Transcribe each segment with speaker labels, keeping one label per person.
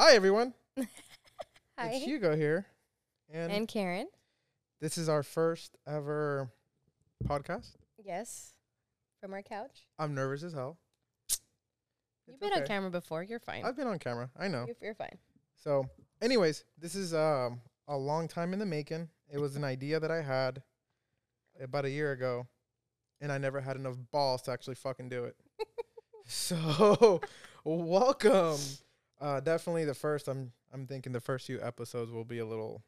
Speaker 1: Hi, everyone.
Speaker 2: Hi.
Speaker 1: It's Hugo here. And,
Speaker 2: And Karen.
Speaker 1: this is our first ever podcast.
Speaker 2: Yes. From our couch.
Speaker 1: I'm nervous as hell.
Speaker 2: You've
Speaker 1: It's
Speaker 2: been on
Speaker 1: okay.
Speaker 2: camera before. You're fine.
Speaker 1: I've been on camera. I know.
Speaker 2: You're, you're fine.
Speaker 1: So, anyways, this is um, a long time in the making. It was an idea that I had about a year ago, and I never had enough balls to actually fucking do it. so, welcome. Uh, definitely the first. I'm I'm thinking the first few episodes will be a little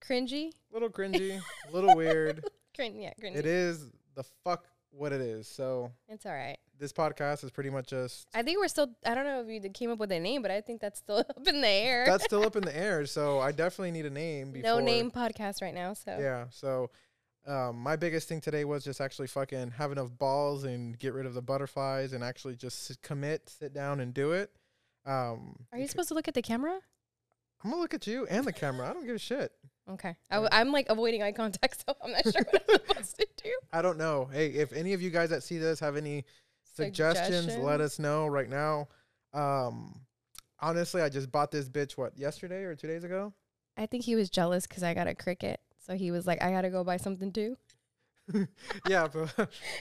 Speaker 2: Cringy.
Speaker 1: little cringy, a little weird.
Speaker 2: Crin- yeah, cringy.
Speaker 1: It is the fuck what it is. So
Speaker 2: It's all right.
Speaker 1: this podcast is pretty much just
Speaker 2: I think we're still, I don't know if you d- came up with a name, but I think that's still up in the air.
Speaker 1: that's still up in the air. So I definitely need a name. Before,
Speaker 2: no name podcast right now. So
Speaker 1: Yeah. So um, my biggest thing today was just actually fucking have enough balls and get rid of the butterflies and actually just s- commit, sit down and do it. Um,
Speaker 2: are you
Speaker 1: because-
Speaker 2: supposed to look at the camera?
Speaker 1: I'm gonna look at you and the camera. I don't give a shit.
Speaker 2: Okay. I w- I'm like avoiding eye contact, so I'm not sure what I'm supposed to do.
Speaker 1: I don't know. Hey, if any of you guys that see this have any suggestions, let us know right now. Um, honestly, I just bought this bitch what yesterday or two days ago.
Speaker 2: I think he was jealous because I got a cricket. So he was like, I got to go buy something too.
Speaker 1: yeah, but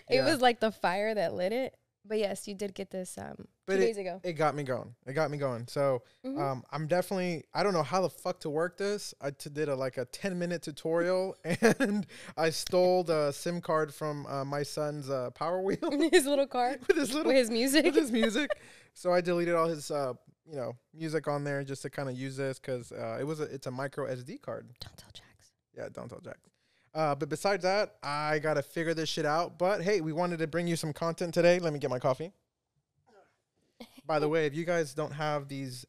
Speaker 1: yeah.
Speaker 2: It was like the fire that lit it. But yes, you did get this um,
Speaker 1: But
Speaker 2: two days ago.
Speaker 1: it got me going. It got me going. So
Speaker 2: Mhm.
Speaker 1: um, I'm definitely. I don't know how the fuck to work this. I t- did a like a 10 minute tutorial, and I stole the SIM card from uh, my son's uh, Power Wheel
Speaker 2: his little car
Speaker 1: with his little
Speaker 2: with his music.
Speaker 1: with his music. so I deleted all his uh, you know music on there just to kind of use this because uh, it was a, it's a micro SD card.
Speaker 2: Don't tell Jax.
Speaker 1: Yeah, don't tell Jack. Uh, but besides that, I gotta figure this shit out. But hey, we wanted to bring you some content today. Let me get my coffee. By the way, if you guys don't have these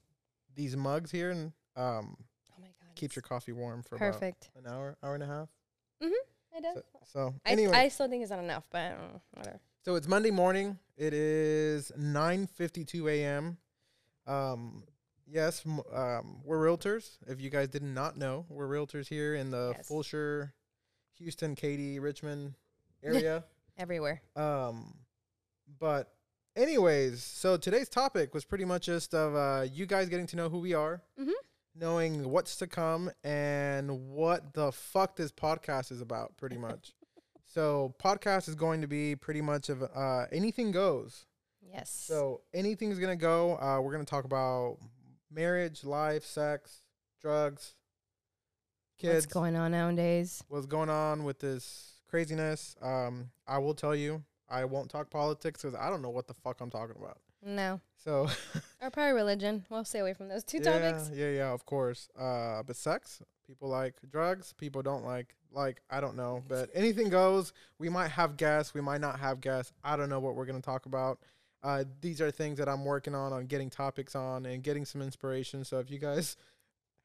Speaker 1: these mugs here, and um,
Speaker 2: Oh my god.
Speaker 1: keep your coffee warm for
Speaker 2: perfect.
Speaker 1: about an hour, hour and a half.
Speaker 2: I do.
Speaker 1: So, so
Speaker 2: I,
Speaker 1: anyway,
Speaker 2: I still think it's not enough, but I don't know, whatever.
Speaker 1: so it's Monday morning. It is nine fifty two a.m. Um, yes, m- um, we're realtors. If you guys did not know, we're realtors here in the
Speaker 2: Yes.
Speaker 1: Fulshire, Houston, Katy, Richmond area.
Speaker 2: Everywhere.
Speaker 1: Um, but anyways, so today's topic was pretty much just of uh, you guys getting to know who we are,
Speaker 2: Mhm.
Speaker 1: knowing what's to come, and what the fuck this podcast is about, pretty much. so podcast is going to be pretty much of uh, anything goes.
Speaker 2: Yes.
Speaker 1: So anything's gonna go. Uh, we're gonna talk about marriage, life, sex, drugs,
Speaker 2: what's
Speaker 1: kids
Speaker 2: going on nowadays?
Speaker 1: what's going on with this craziness. Um, I will tell you, I won't talk politics because I don't know what the fuck I'm talking about.
Speaker 2: No.
Speaker 1: So
Speaker 2: Or probably religion. We'll stay away from those two
Speaker 1: yeah,
Speaker 2: topics.
Speaker 1: yeah, yeah, of course. Uh, but sex, people like drugs, people don't like like I don't know, but anything goes. We might have guests, we might not have guests. I don't know what we're gonna talk about. Uh, these are things that I'm working on on getting topics on and getting some inspiration. So if you guys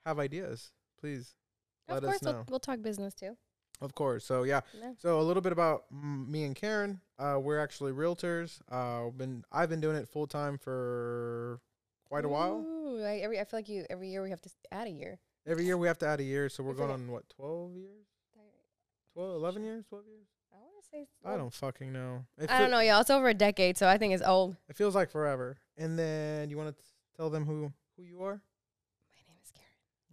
Speaker 1: have ideas, please
Speaker 2: of
Speaker 1: let
Speaker 2: course,
Speaker 1: us know.
Speaker 2: We'll, we'll talk business too.
Speaker 1: Of course. So yeah.
Speaker 2: No.
Speaker 1: So a little bit about m- me and Karen. Uh, we're actually realtors. Uh, been I've been doing it full time for quite a while.
Speaker 2: Ooh, I, every, I feel like you every year we have to s- add a year.
Speaker 1: Every year we have to add a year, so we're
Speaker 2: It's
Speaker 1: going
Speaker 2: okay.
Speaker 1: on what twelve years,
Speaker 2: I
Speaker 1: 12, 11 years, twelve years.
Speaker 2: want to say.
Speaker 1: I don't fucking know. It
Speaker 2: I
Speaker 1: feel-
Speaker 2: don't know, y'all. It's over a decade, so I think it's old.
Speaker 1: It feels like forever. And then you want to tell them who who you are?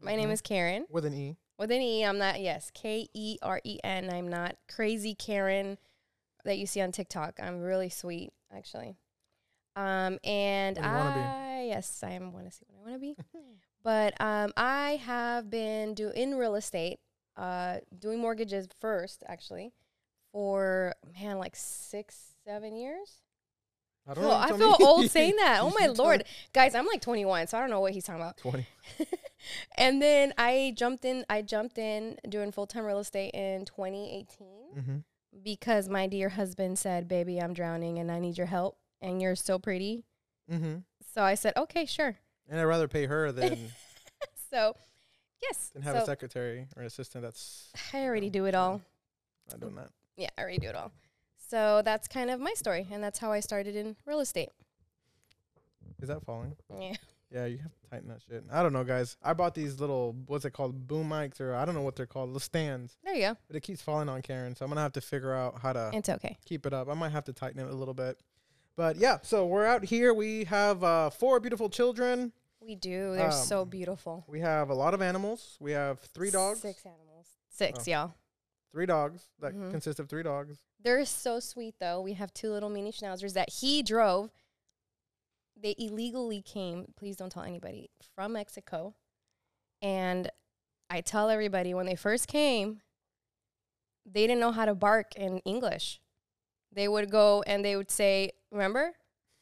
Speaker 2: My name is Karen. My name
Speaker 1: Mhm.
Speaker 2: is Karen.
Speaker 1: with an E.
Speaker 2: With an E, I'm not, yes, K E R E N. I'm not crazy Karen that you see on TikTok. I'm really sweet, actually. Um, and
Speaker 1: What do you wanna be?
Speaker 2: I, yes, I want to see what I want to be. but um, I have been do in real estate, uh, doing mortgages first, actually, for man, like six, seven years.
Speaker 1: I
Speaker 2: Feel- I
Speaker 1: you
Speaker 2: feel
Speaker 1: tell me.
Speaker 2: old saying that. Oh
Speaker 1: You
Speaker 2: my
Speaker 1: tell me.
Speaker 2: lord, guys, I'm like 21, so I don't know what he's talking about.
Speaker 1: Twenty.
Speaker 2: and then I jumped in. I jumped in doing full time real estate in 2018
Speaker 1: Mm-hmm.
Speaker 2: because my dear husband said, "Baby, I'm drowning and I need your help, and you're so pretty."
Speaker 1: Mm-hmm.
Speaker 2: So I said, "Okay, sure."
Speaker 1: And I'd rather pay her than
Speaker 2: So, yes,
Speaker 1: than have
Speaker 2: so
Speaker 1: a secretary or assistant. That's
Speaker 2: I already
Speaker 1: Yeah,
Speaker 2: do it
Speaker 1: so-
Speaker 2: all.
Speaker 1: not doing that.
Speaker 2: Yeah, I already do it all. So that's kind of my story, and that's how I started in real estate.
Speaker 1: Is that falling?
Speaker 2: Yeah,
Speaker 1: Yeah, you have to tighten that shit. I don't know, guys. I bought these little what's it called, boom mics, or I don't know what they're called, the stands.
Speaker 2: there you go.
Speaker 1: But it keeps falling on Karen, so I'm gonna have to figure out how to
Speaker 2: It's okay.
Speaker 1: keep it up. I might have to tighten it a little bit. But yeah, so we're out here. We have uh, four beautiful children.
Speaker 2: We do. They're so
Speaker 1: Um,
Speaker 2: beautiful.
Speaker 1: We have a lot of animals. We have three dogs.
Speaker 2: Six animals. Six,
Speaker 1: Oh.
Speaker 2: y'all.
Speaker 1: Three dogs that
Speaker 2: Mhm.
Speaker 1: consist of three dogs.
Speaker 2: They're so sweet though. We have two little mini schnauzers that he drove. They illegally came, please don't tell anybody, from Mexico. And I tell everybody when they first came, they didn't know how to bark in English. They would go and they would say, Remember?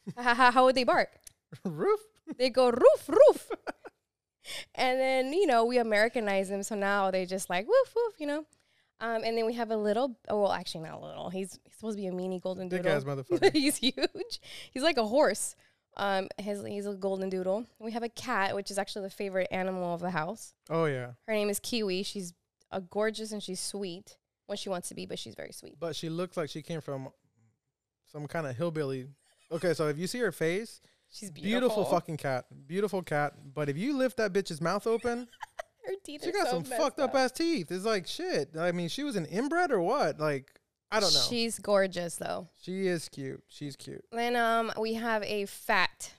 Speaker 2: how would they bark?
Speaker 1: Roof.
Speaker 2: They go roof, roof. and then, you know, we Americanize them. So now they just like woof, woof, you know. Um, and then we have a little, oh, well, actually not little. He's, he's supposed to be a mini golden
Speaker 1: Big
Speaker 2: doodle.
Speaker 1: ass motherfucker.
Speaker 2: he's huge. He's like a horse. Um, his, he's a golden doodle. We have a cat, which is actually the favorite animal of the house.
Speaker 1: oh yeah,
Speaker 2: Her name is Kiwi. She's uh, gorgeous and she's sweet when she wants to be, but she's very sweet.
Speaker 1: but she looks like she came from some kind of hillbilly. Okay, so if you see her face,
Speaker 2: She's beautiful.
Speaker 1: beautiful, fucking cat, beautiful cat. But if you lift that bitch's mouth open,
Speaker 2: Her teeth
Speaker 1: she
Speaker 2: are
Speaker 1: got
Speaker 2: so
Speaker 1: some
Speaker 2: messed
Speaker 1: fucked up ass teeth. It's like shit. I mean, she was an inbred or what? Like I don't know. She,
Speaker 2: She's gorgeous though.
Speaker 1: is cute. She's cute.
Speaker 2: Then um, we have a fat,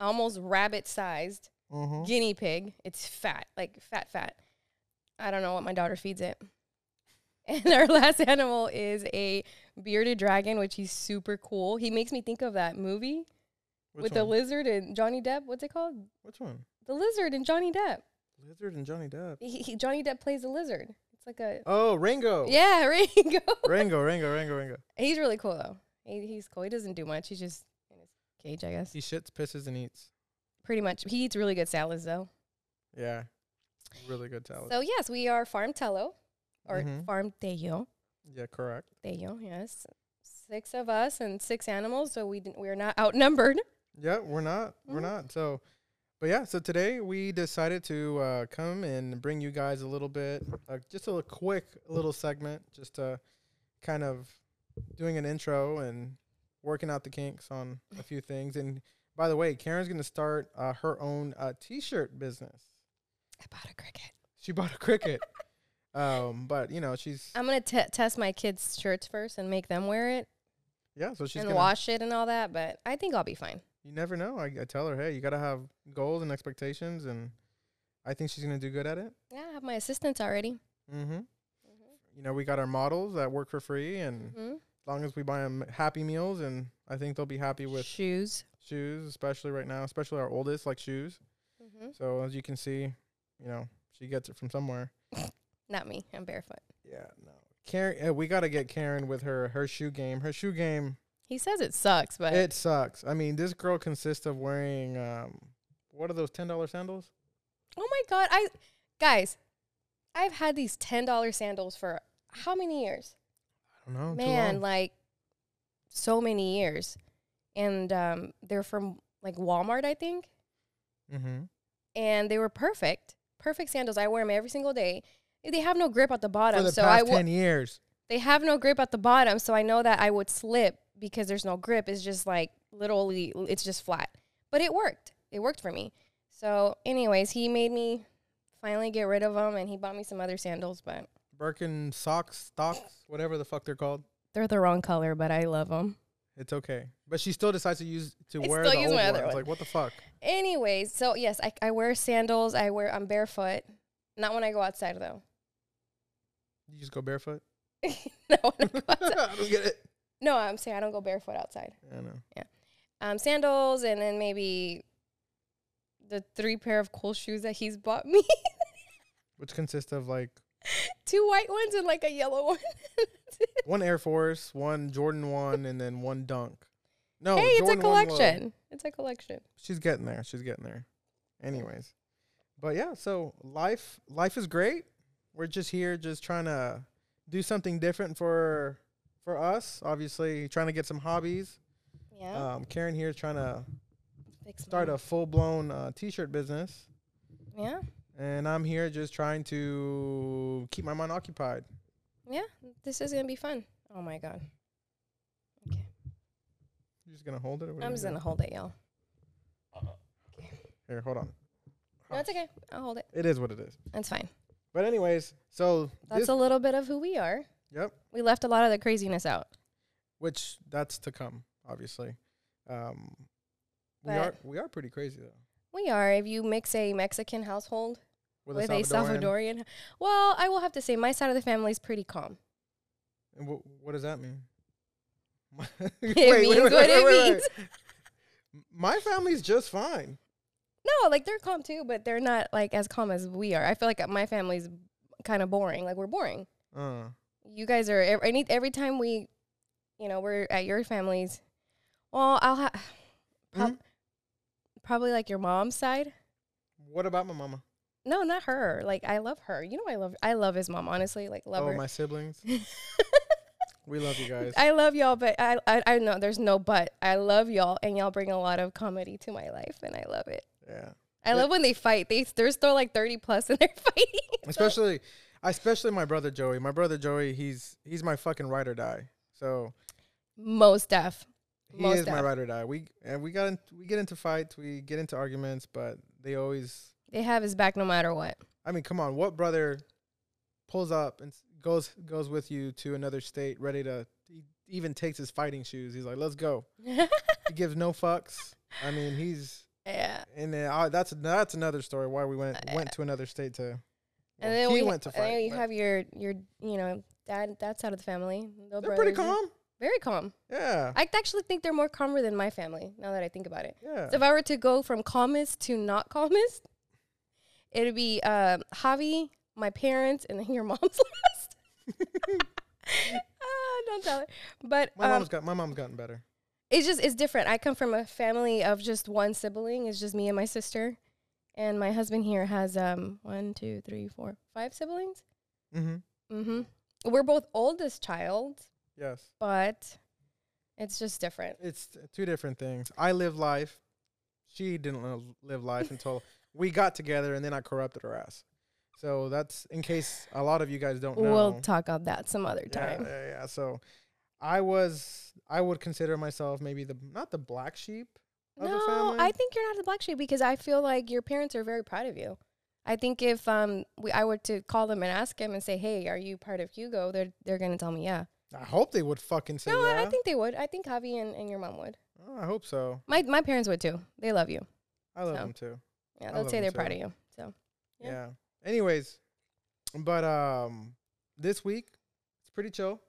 Speaker 2: almost rabbit-sized
Speaker 1: hmm
Speaker 2: guinea pig. It's fat, like fat, fat. I don't know what my daughter feeds it. And our last animal is a bearded dragon, which he's super cool. He makes me think of that movie
Speaker 1: Which
Speaker 2: with
Speaker 1: one?
Speaker 2: the lizard and Johnny Depp. What's it called?
Speaker 1: Which one?
Speaker 2: The lizard and Johnny Depp.
Speaker 1: Lizard and Johnny Depp.
Speaker 2: He, he- Johnny Depp plays a lizard. It's like a
Speaker 1: Oh, Rango.
Speaker 2: yeah, Ringo.
Speaker 1: Rango, Rango, Rango, Rango.
Speaker 2: he's really cool though. He, he's cool. He doesn't do much. He's just in his cage, I guess.
Speaker 1: He shits, pisses, and eats.
Speaker 2: Pretty much. He eats really good salads though.
Speaker 1: Yeah. Really good talent.
Speaker 2: So yes, we are Farm Tello or
Speaker 1: Mhm.
Speaker 2: Farm Tello.
Speaker 1: yeah, correct.
Speaker 2: Tello, yes. Six of us and six animals, so we didn't, we are not outnumbered.
Speaker 1: Yeah, we're not. We're
Speaker 2: Mhm.
Speaker 1: not. So, but yeah, so today we decided to uh, come and bring you guys a little bit, uh, just a little quick little segment, just uh, kind of doing an intro and working out the kinks on a few things. And by the way, Karen's going to start uh, her own uh, t shirt business.
Speaker 2: I bought a cricket.
Speaker 1: She bought a cricket. um, but, you know, she's,
Speaker 2: I'm gonna t- test my kids' shirts first and make them wear it
Speaker 1: yeah, so she's
Speaker 2: and
Speaker 1: going to
Speaker 2: wash it and all that, but I think I'll be fine.
Speaker 1: you never know. I, I tell her, hey, you got to have goals and expectations, and I think she's going to do good at it.
Speaker 2: Yeah, I have my assistants already.
Speaker 1: Mm-hmm. You know, we got our models that work for free, and
Speaker 2: Mhm.
Speaker 1: as long as we buy them happy meals, and I think they'll be happy with
Speaker 2: shoes.
Speaker 1: shoes, especially right now, especially our oldest like shoes.
Speaker 2: hmm
Speaker 1: So as you can see, you know, she gets it from somewhere.
Speaker 2: Not me. I'm barefoot.
Speaker 1: Yeah, no. Karen, uh, we got to get Karen with her her shoe game. Her shoe game
Speaker 2: He says it sucks, but
Speaker 1: It sucks. I mean, this girl consists of wearing um, what are those ten dollar sandals?
Speaker 2: oh my god, I guys, I've had these ten dollar sandals for how many years?
Speaker 1: I don't know. too
Speaker 2: man
Speaker 1: long.
Speaker 2: like so many years and um, they're from like walmart i think
Speaker 1: Mhm.
Speaker 2: and they were perfect perfect sandals i wear them every single day they have no grip at the bottom
Speaker 1: For the
Speaker 2: so
Speaker 1: past
Speaker 2: i w-
Speaker 1: ten years.
Speaker 2: they have no grip at the bottom so i know that i would slip because there's no grip it's just like literally it's just flat but it worked it worked for me so anyways he made me finally get rid of them and he bought me some other sandals but
Speaker 1: Birkin socks, stocks, whatever the fuck they're called.
Speaker 2: they're the wrong color but i love them
Speaker 1: It's okay, but she still decides to use to
Speaker 2: I
Speaker 1: wear
Speaker 2: still
Speaker 1: the
Speaker 2: use
Speaker 1: old
Speaker 2: my
Speaker 1: one.
Speaker 2: other
Speaker 1: It's
Speaker 2: one.
Speaker 1: like what the fuck?
Speaker 2: Anyways, so yes, I, I wear sandals. I wear I'm barefoot. Not when I go outside though.
Speaker 1: You just go barefoot.
Speaker 2: Not when I go
Speaker 1: I
Speaker 2: outside.
Speaker 1: don't get it.
Speaker 2: No, I'm saying I don't go barefoot outside.
Speaker 1: I know.
Speaker 2: Um, sandals and then maybe the three pair of cool shoes that he's bought me.
Speaker 1: Which consists of like
Speaker 2: Two white ones and like a yellow one.
Speaker 1: one Air Force, one Jordan one, and then one Dunk. No,
Speaker 2: hey, it's a
Speaker 1: Oh, Jordan 1 low.
Speaker 2: collection. It's a collection.
Speaker 1: she's getting there. She's getting there. Anyways, but yeah, so life life is great. We're just here, just trying to do something different for for us. Obviously, trying to get some hobbies.
Speaker 2: Yeah.
Speaker 1: Um, Karen here is trying to
Speaker 2: Fix
Speaker 1: start
Speaker 2: mine.
Speaker 1: a full blown uh, t shirt business,
Speaker 2: Yeah.
Speaker 1: and I'm here just trying to keep my mind occupied.
Speaker 2: Yeah. This is gonna be fun. Oh my god.
Speaker 1: You're just gonna hold it. Or what are
Speaker 2: I'm
Speaker 1: you
Speaker 2: just
Speaker 1: gonna
Speaker 2: gonna hold it, y'all.
Speaker 1: do? here. Hold on.
Speaker 2: No, it's okay. I'll hold it.
Speaker 1: It is what it is.
Speaker 2: That's fine.
Speaker 1: But anyways, so
Speaker 2: That's
Speaker 1: this,
Speaker 2: a little bit of who we are.
Speaker 1: yep.
Speaker 2: We left a lot of the craziness out.
Speaker 1: which that's to come, obviously. Um, we
Speaker 2: But-
Speaker 1: are we are pretty crazy though.
Speaker 2: We are. If you mix a Mexican household
Speaker 1: With,
Speaker 2: with, a, Salvadorian. well, I will have to say my side of the family is pretty calm.
Speaker 1: And wh- what does that mean?
Speaker 2: It means what it means.
Speaker 1: My family's just fine.
Speaker 2: No, like they're calm too, but they're not like as calm as we are. I feel like my family's kind of boring. Like we're boring.
Speaker 1: Uh,
Speaker 2: you guys are ev- any every time we, you know, we're at your families. Well, I'll have Prob-
Speaker 1: mhm.
Speaker 2: probably like your mom's side.
Speaker 1: What about my mama?
Speaker 2: No, not her. Like I love her. You know, I love I love his mom. Honestly, like love
Speaker 1: oh,
Speaker 2: her.
Speaker 1: my siblings. we love you guys.
Speaker 2: I love y'all, but I, I I know there's no but. I love y'all, and y'all bring a lot of comedy to my life, and I love it.
Speaker 1: yeah.
Speaker 2: I
Speaker 1: But-
Speaker 2: love when they fight. They they're still like thirty plus, and they're fighting.
Speaker 1: Especially, especially my brother Joey. My brother Joey, he's he's my fucking ride or die. So
Speaker 2: Most deaf.
Speaker 1: he
Speaker 2: Most
Speaker 1: is my
Speaker 2: def.
Speaker 1: ride or die. We and we got in, we get into fights, we get into arguments, but they always.
Speaker 2: They have his back no matter what.
Speaker 1: I mean, come on, what brother pulls up and s- goes goes with you to another state, ready to? He even takes his fighting shoes. He's like, "Let's go." He gives no fucks. I mean, he's
Speaker 2: yeah.
Speaker 1: and then, uh, that's that's another story why we went went to another state to. well,
Speaker 2: and then
Speaker 1: he
Speaker 2: we
Speaker 1: went to fight.
Speaker 2: And then you
Speaker 1: but
Speaker 2: have your your you know dad that side of the family.
Speaker 1: they're
Speaker 2: They're
Speaker 1: pretty calm.
Speaker 2: Very calm.
Speaker 1: Yeah,
Speaker 2: I actually think they're more calmer than my family. Now that I think about it,
Speaker 1: yeah.
Speaker 2: so if I were to go from calmest to not calmest, it'd be uh, Javi, my parents, and then your mom's last. Ah, don't tell her. But
Speaker 1: my
Speaker 2: um,
Speaker 1: mom's got my mom's gotten better.
Speaker 2: it's just it's different. I come from a family of just one sibling. It's just me and my sister, and my husband here has um one, two, three, four, five siblings.
Speaker 1: Mm-hmm.
Speaker 2: Mm-hmm. We're both oldest child,
Speaker 1: Yes,
Speaker 2: but it's just different.
Speaker 1: it's t- two different things. I live life. She didn't li- live life until we got together, and then I corrupted her ass. So that's in case a lot of you guys don't know.
Speaker 2: We'll talk about that some other
Speaker 1: Oh, yeah,
Speaker 2: time.
Speaker 1: yeah, yeah. So I was, I would consider myself maybe the not the black sheep of the
Speaker 2: No,
Speaker 1: family.
Speaker 2: I think you're not the black sheep because I feel like your parents are very proud of you. I think if um we, I were to call them and ask them and say, "Hey, are you part of Hugo?" They're they're gonna tell me, "Yeah."
Speaker 1: I hope they would fucking say
Speaker 2: no, I-
Speaker 1: yeah.
Speaker 2: I think they would. I think Javi and, and your mom would.
Speaker 1: Oh, I hope so.
Speaker 2: My my parents would too. They love you.
Speaker 1: I love
Speaker 2: So.
Speaker 1: them too. I
Speaker 2: Yeah, they'll
Speaker 1: love
Speaker 2: say
Speaker 1: them
Speaker 2: they're
Speaker 1: too.
Speaker 2: proud of you. So
Speaker 1: Yeah.
Speaker 2: Yeah.
Speaker 1: Anyways, but um, this week it's pretty chill.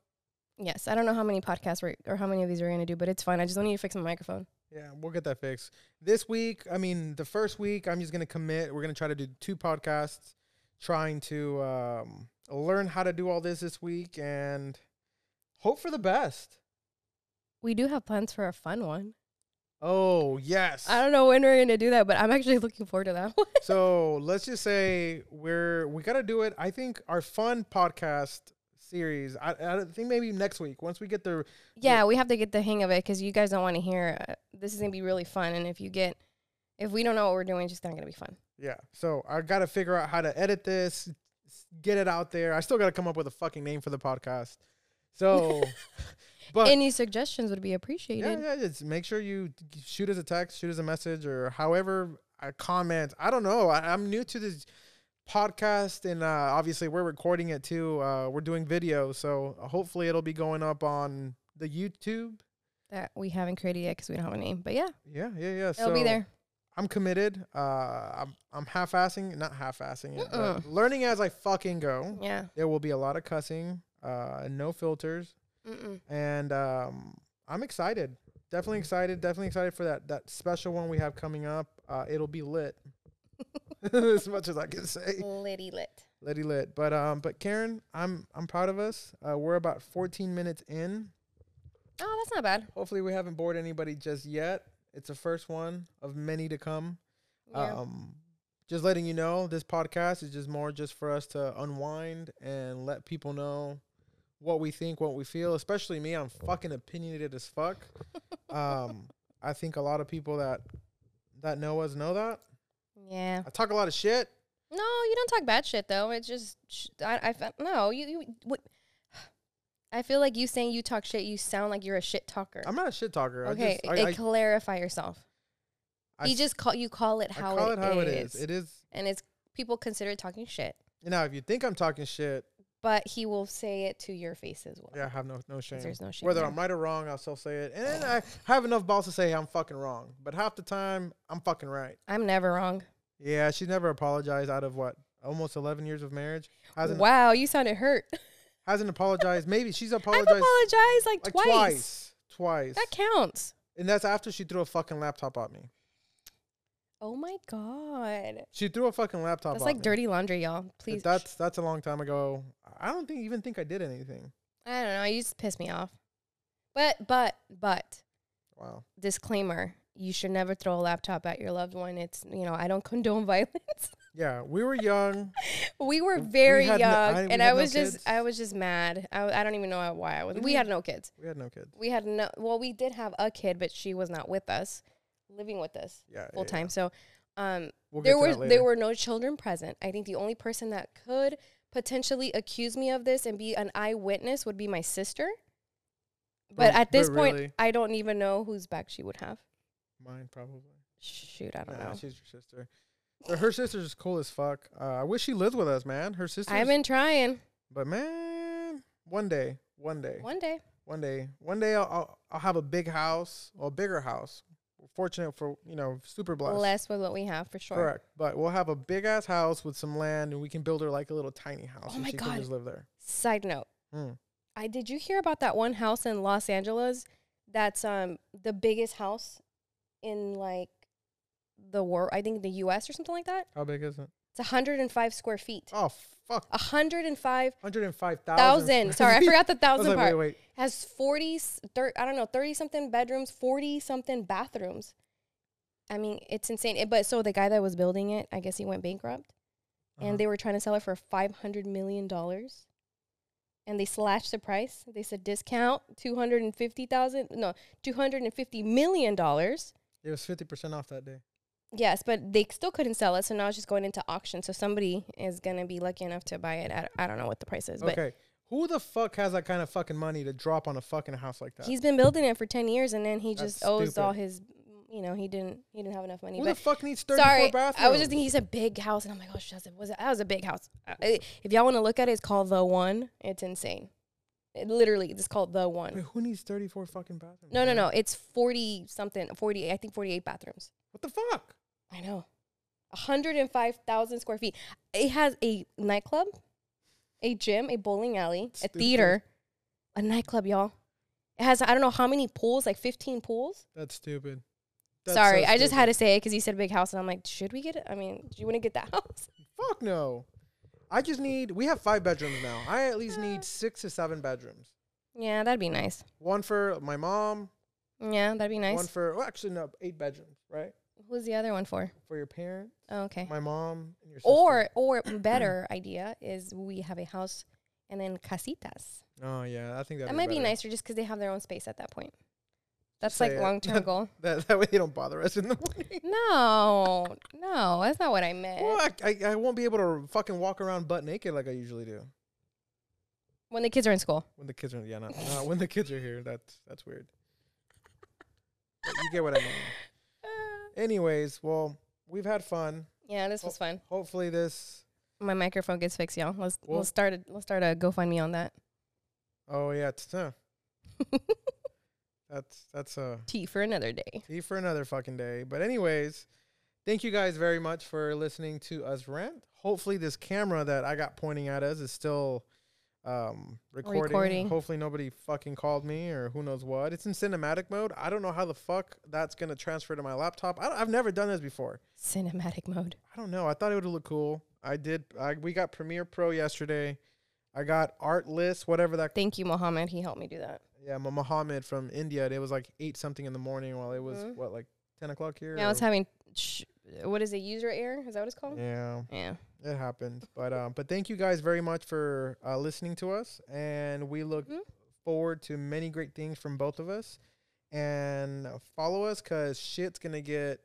Speaker 2: yes, I don't know how many podcasts we're, or how many of these we're gonna do, but it's fine. I just don't need to fix my microphone.
Speaker 1: Yeah, we'll get that fixed. This week, I mean, the first week, I'm just gonna commit. We're gonna try to do two podcasts, trying to um, learn how to do all this this week and hope for the best.
Speaker 2: We do have plans for a fun one.
Speaker 1: Oh yes.
Speaker 2: I don't know when we're gonna do that, but I'm actually looking forward to that one.
Speaker 1: so let's just say we're we got to do it. I think our fun podcast series. I, I don't think maybe next week once we get the
Speaker 2: yeah, we have to get the hang of it because you guys don't want to hear. Uh, this is gonna be really fun, and if you get, if we don't know what we're doing, it's just not gonna be fun.
Speaker 1: yeah. So I got to figure out how to edit this, s- get it out there. I still got to come up with a fucking name for the podcast. So, but
Speaker 2: Any suggestions would be
Speaker 1: yeah,
Speaker 2: appreciated.
Speaker 1: yeah, just make sure you g- shoot us a text, shoot us a message, or however a comment. I don't know. I, I'm new to this podcast, and uh, obviously we're recording it too. Uh, we're doing video, so hopefully it'll be going up on the YouTube.
Speaker 2: That we haven't created yet because we don't have a name, but yeah,
Speaker 1: Yeah, yeah, yeah.
Speaker 2: it'll be there.
Speaker 1: I'm committed. Uh, I'm I'm half-assing, not half-assing it, but
Speaker 2: Mm-mm.
Speaker 1: learning as I fucking go.
Speaker 2: Yeah.
Speaker 1: There will be a lot of cussing, uh, no filters,
Speaker 2: Mm-mm.
Speaker 1: and um, I'm excited. Definitely excited. Definitely excited for that that special one we have coming up. Uh, it'll be lit, as much as I can say,
Speaker 2: Litty lit.
Speaker 1: litty lit. But um, but Karen, I'm I'm proud of us. Uh, we're about 14 minutes in.
Speaker 2: Oh, that's not bad.
Speaker 1: Hopefully, we haven't bored anybody just yet. It's the first one of many to come.
Speaker 2: Yeah.
Speaker 1: Um, just letting you know, this podcast is just more just for us to unwind and let people know what we think, what we feel. Especially me, I'm fucking opinionated as fuck. um, I think a lot of people that that know us know that
Speaker 2: yeah.
Speaker 1: I talk a lot of shit.
Speaker 2: No, you don't talk bad shit though. It's just sh- I, I fe- no you you. What, I feel like you saying you talk shit. You sound like you're a shit talker.
Speaker 1: I'm not a shit talker.
Speaker 2: okay,
Speaker 1: I just, I,
Speaker 2: eh, clarify yourself.
Speaker 1: I
Speaker 2: you
Speaker 1: s-
Speaker 2: just call you call it
Speaker 1: I
Speaker 2: how,
Speaker 1: call
Speaker 2: it,
Speaker 1: it how
Speaker 2: is.
Speaker 1: It is.
Speaker 2: and it's people consider it talking shit.
Speaker 1: Now, if you think I'm talking shit,
Speaker 2: but he will say it to your face as well.
Speaker 1: Yeah, I have no no shame.
Speaker 2: 'cause There's no shame.
Speaker 1: Whether
Speaker 2: there.
Speaker 1: I'm right or wrong, I'll still say it. And I have enough balls to say I'm fucking wrong. But half the time, I'm fucking right.
Speaker 2: I'm never wrong.
Speaker 1: Yeah, she's never apologized out of what almost 11 years of marriage. Hasn't
Speaker 2: Wow, you sounded hurt.
Speaker 1: hasn't apologized. Maybe she's
Speaker 2: I've
Speaker 1: apologized
Speaker 2: apologized like,
Speaker 1: like
Speaker 2: twice.
Speaker 1: twice, twice,
Speaker 2: That counts.
Speaker 1: and that's after she threw a fucking laptop at me.
Speaker 2: Oh my god,
Speaker 1: She threw a fuccking laptop.
Speaker 2: that's
Speaker 1: at
Speaker 2: like
Speaker 1: me.
Speaker 2: dirty laundry, y'all.
Speaker 1: But
Speaker 2: Please,
Speaker 1: That's that's a long time ago. I don't think even think I did anything.
Speaker 2: I don't know. You just piss me off. But but but
Speaker 1: Wow.
Speaker 2: disclaimer: you should never throw a laptop at your loved one. It's you know I don't condone violence.
Speaker 1: Yeah, we were young.
Speaker 2: we were
Speaker 1: W- we
Speaker 2: very
Speaker 1: had
Speaker 2: young,
Speaker 1: no- I- we
Speaker 2: and
Speaker 1: had
Speaker 2: I
Speaker 1: no
Speaker 2: was just
Speaker 1: kids. Mm-hmm.
Speaker 2: I was just mad. I, I don't even know why I was.
Speaker 1: We
Speaker 2: We had no kids.
Speaker 1: we had no kids.
Speaker 2: We had no. Well, we did have a kid, but she was not with us, living with us
Speaker 1: Yeah,
Speaker 2: full
Speaker 1: yeah,
Speaker 2: time. So, um,
Speaker 1: We'll get
Speaker 2: there
Speaker 1: to that
Speaker 2: were
Speaker 1: later.
Speaker 2: there were no children present. I think the only person that could potentially accuse me of this and be an eyewitness would be my sister. But
Speaker 1: But-
Speaker 2: at this
Speaker 1: Oh, but
Speaker 2: point,
Speaker 1: really-
Speaker 2: I don't even know whose back she would have.
Speaker 1: mine probably.
Speaker 2: Shoot, I don't
Speaker 1: Nah,
Speaker 2: know.
Speaker 1: she's your sister. But her sister's cool as fuck. Uh, I wish she lived with us, man. Her sister.
Speaker 2: I've been trying.
Speaker 1: But man, one day, one day,
Speaker 2: One day,
Speaker 1: one day, one day, I'll, I'll I'll have a big house or a bigger house. We're fortunate for you know, super blessed.
Speaker 2: less with what we have for sure.
Speaker 1: Correct. But we'll have a big ass house with some land, and we can build her like a little tiny house.
Speaker 2: Oh
Speaker 1: and
Speaker 2: my
Speaker 1: she
Speaker 2: God.
Speaker 1: Can just live there.
Speaker 2: Side note.
Speaker 1: Mm.
Speaker 2: I did you hear about that one house in Los Angeles that's um the biggest house in like the world I think the US or something like that?
Speaker 1: How big is it?
Speaker 2: It's 105 square feet.
Speaker 1: Oh fuck,
Speaker 2: 105
Speaker 1: hundred and five
Speaker 2: thousand. Sorry, I forgot the
Speaker 1: I was
Speaker 2: thousand
Speaker 1: like,
Speaker 2: part.
Speaker 1: wait, wait.
Speaker 2: Has 40 30, I don't know, 30 something bedrooms, 40 something bathrooms. I mean, it's insane. It- but so the guy that was building it, I guess he went bankrupt
Speaker 1: Uh-huh.
Speaker 2: and they were trying to sell it for five hundred million dollars. And they slashed the price. They said discount two hundred and fifty thousand, no, two hundred and fifty million dollars.
Speaker 1: It was fifty percent off that day.
Speaker 2: Yes, but they still couldn't sell it, so now it's just going into auction. So somebody is gonna be lucky enough to buy it. At, I don't know what the price is,
Speaker 1: okay, who the fuck has that kind of fucking money to drop on a fucking house like
Speaker 2: but
Speaker 1: that?
Speaker 2: he's been building it for ten years, and then he
Speaker 1: That's
Speaker 2: just owes all
Speaker 1: stupid.
Speaker 2: his, you know, he didn't he didn't have enough money.
Speaker 1: Who the
Speaker 2: but
Speaker 1: fuck needs 34
Speaker 2: sorry,
Speaker 1: bathrooms?
Speaker 2: I was just thinking he said big house, and I'm like, oh shit, that was a, that was a big house. Uh, I- if y'all want to look at it, it's called the one. It's insane. It literally, it's called the
Speaker 1: Wait,
Speaker 2: one.
Speaker 1: who needs 34 fucking bathrooms?
Speaker 2: No, no,
Speaker 1: man?
Speaker 2: no. It's forty something, forty. I think forty-eight bathrooms.
Speaker 1: What the fuck?
Speaker 2: I know, hundred and five thousand square feet. It has a nightclub, a gym, a bowling alley,
Speaker 1: Stupid.
Speaker 2: a theater, a nightclub, y'all. It has I don't know how many pools, like fifteen pools.
Speaker 1: That's stupid.
Speaker 2: Sorry, I just had to say it because he said big house, and I'm like, should we get it? I mean, do you want to get that house?
Speaker 1: Fuck no. I just need. We have five bedrooms now. I at least need six or seven bedrooms.
Speaker 2: Yeah, that'd be nice.
Speaker 1: One for my mom.
Speaker 2: Yeah, that'd be
Speaker 1: One
Speaker 2: nice.
Speaker 1: for. Well, actually, no. Eight bedrooms, right?
Speaker 2: Who's the other one for?
Speaker 1: For your parents,
Speaker 2: Oh, okay.
Speaker 1: my mom, and your sister.
Speaker 2: Or or better idea is we have a house and then casitas.
Speaker 1: Oh yeah, I think that'd
Speaker 2: that might be
Speaker 1: better.
Speaker 2: nicer just because they have their own space at that point. That's
Speaker 1: Just
Speaker 2: like
Speaker 1: say it.
Speaker 2: long term goal.
Speaker 1: That, that way they don't bother us in the morning.
Speaker 2: No, no, that's not what I meant.
Speaker 1: Well, I, I, I won't be able to fucking walk around butt naked like I usually do
Speaker 2: When the kids are in school.
Speaker 1: when the kids are yeah not, not when the kids are here. That's that's weird. But you get what I mean. Anyways, well, we've had fun.
Speaker 2: Yeah, this was fun.
Speaker 1: Hopefully, this.
Speaker 2: My microphone gets fixed, y'all. Let's
Speaker 1: Well-
Speaker 2: let's start a let's start a GoFundMe on that.
Speaker 1: Oh yeah, it's, huh. that's that's uh, a
Speaker 2: Tea for another day.
Speaker 1: tea for another fucking day. But anyways, thank you guys very much for listening to us rant. Hopefully, this camera that I got pointing at us is still um recording.
Speaker 2: Recording.
Speaker 1: Hopefully, nobody fucking called me or who knows what. It's in cinematic mode. I don't know how the fuck that's gonna transfer to my laptop. I don't, I've never done this before.
Speaker 2: Cinematic mode.
Speaker 1: I don't know. I thought it would look cool. I did. I, we got Premiere Pro yesterday. I got Artlist, whatever that.
Speaker 2: Thank you, Mohammed. He helped me do that.
Speaker 1: Yeah, Ma- Mohammed from India. and It was like eight something in the morning, while it was
Speaker 2: Mhm.
Speaker 1: what like ten o'clock here.
Speaker 2: Yeah, I was
Speaker 1: or-
Speaker 2: having sh- what is it? User error? Is that what it's called?
Speaker 1: yeah,
Speaker 2: yeah.
Speaker 1: it happened. But um, but thank you guys very much for uh, listening to us, and we look
Speaker 2: Mhm.
Speaker 1: forward to many great things from both of us. And follow us, cause shit's gonna get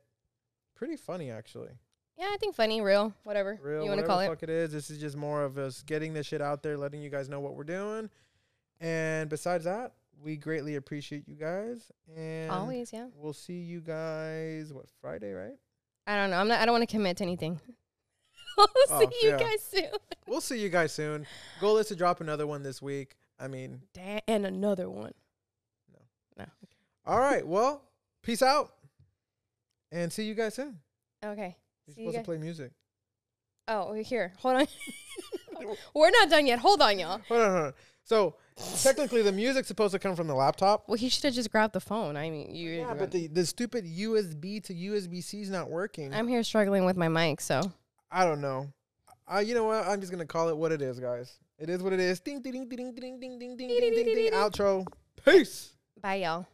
Speaker 1: pretty funny actually.
Speaker 2: Yeah, I think funny, real, whatever
Speaker 1: real
Speaker 2: you want
Speaker 1: whatever
Speaker 2: to call
Speaker 1: the
Speaker 2: it.
Speaker 1: fuck it is. This is just more of us getting this shit out there, letting you guys know what we're doing. And besides that, we greatly appreciate you guys. And
Speaker 2: Always, yeah.
Speaker 1: we'll see you guys what Friday, right?
Speaker 2: I don't know. I'm not. I don't want to commit to anything. I'll
Speaker 1: Oh,
Speaker 2: see you
Speaker 1: yeah.
Speaker 2: guys soon.
Speaker 1: We'll see you guys soon. Goal is to drop another one this week. I mean,
Speaker 2: Da- and another one. No.
Speaker 1: all right. Well, peace out, and see you guys soon.
Speaker 2: No. Okay.
Speaker 1: You're
Speaker 2: See you
Speaker 1: supposed to play
Speaker 2: guys-
Speaker 1: music.
Speaker 2: Oh, we're here. Hold on. We're not done yet. Hold on, y'all.
Speaker 1: Hold on, hold on. So technically, the music's supposed to come from the laptop.
Speaker 2: Well, he should have just grabbed the phone. I mean, you.
Speaker 1: Yeah, but the, the stupid USB to USB C is not working.
Speaker 2: I'm here struggling with my mic, so
Speaker 1: I don't know. I you know what? I'm just gonna call it what it is, guys. It is what it is. Ding ding ding ding ding ding ding ding ding ding ding. Outro. Peace.
Speaker 2: bye, y'all.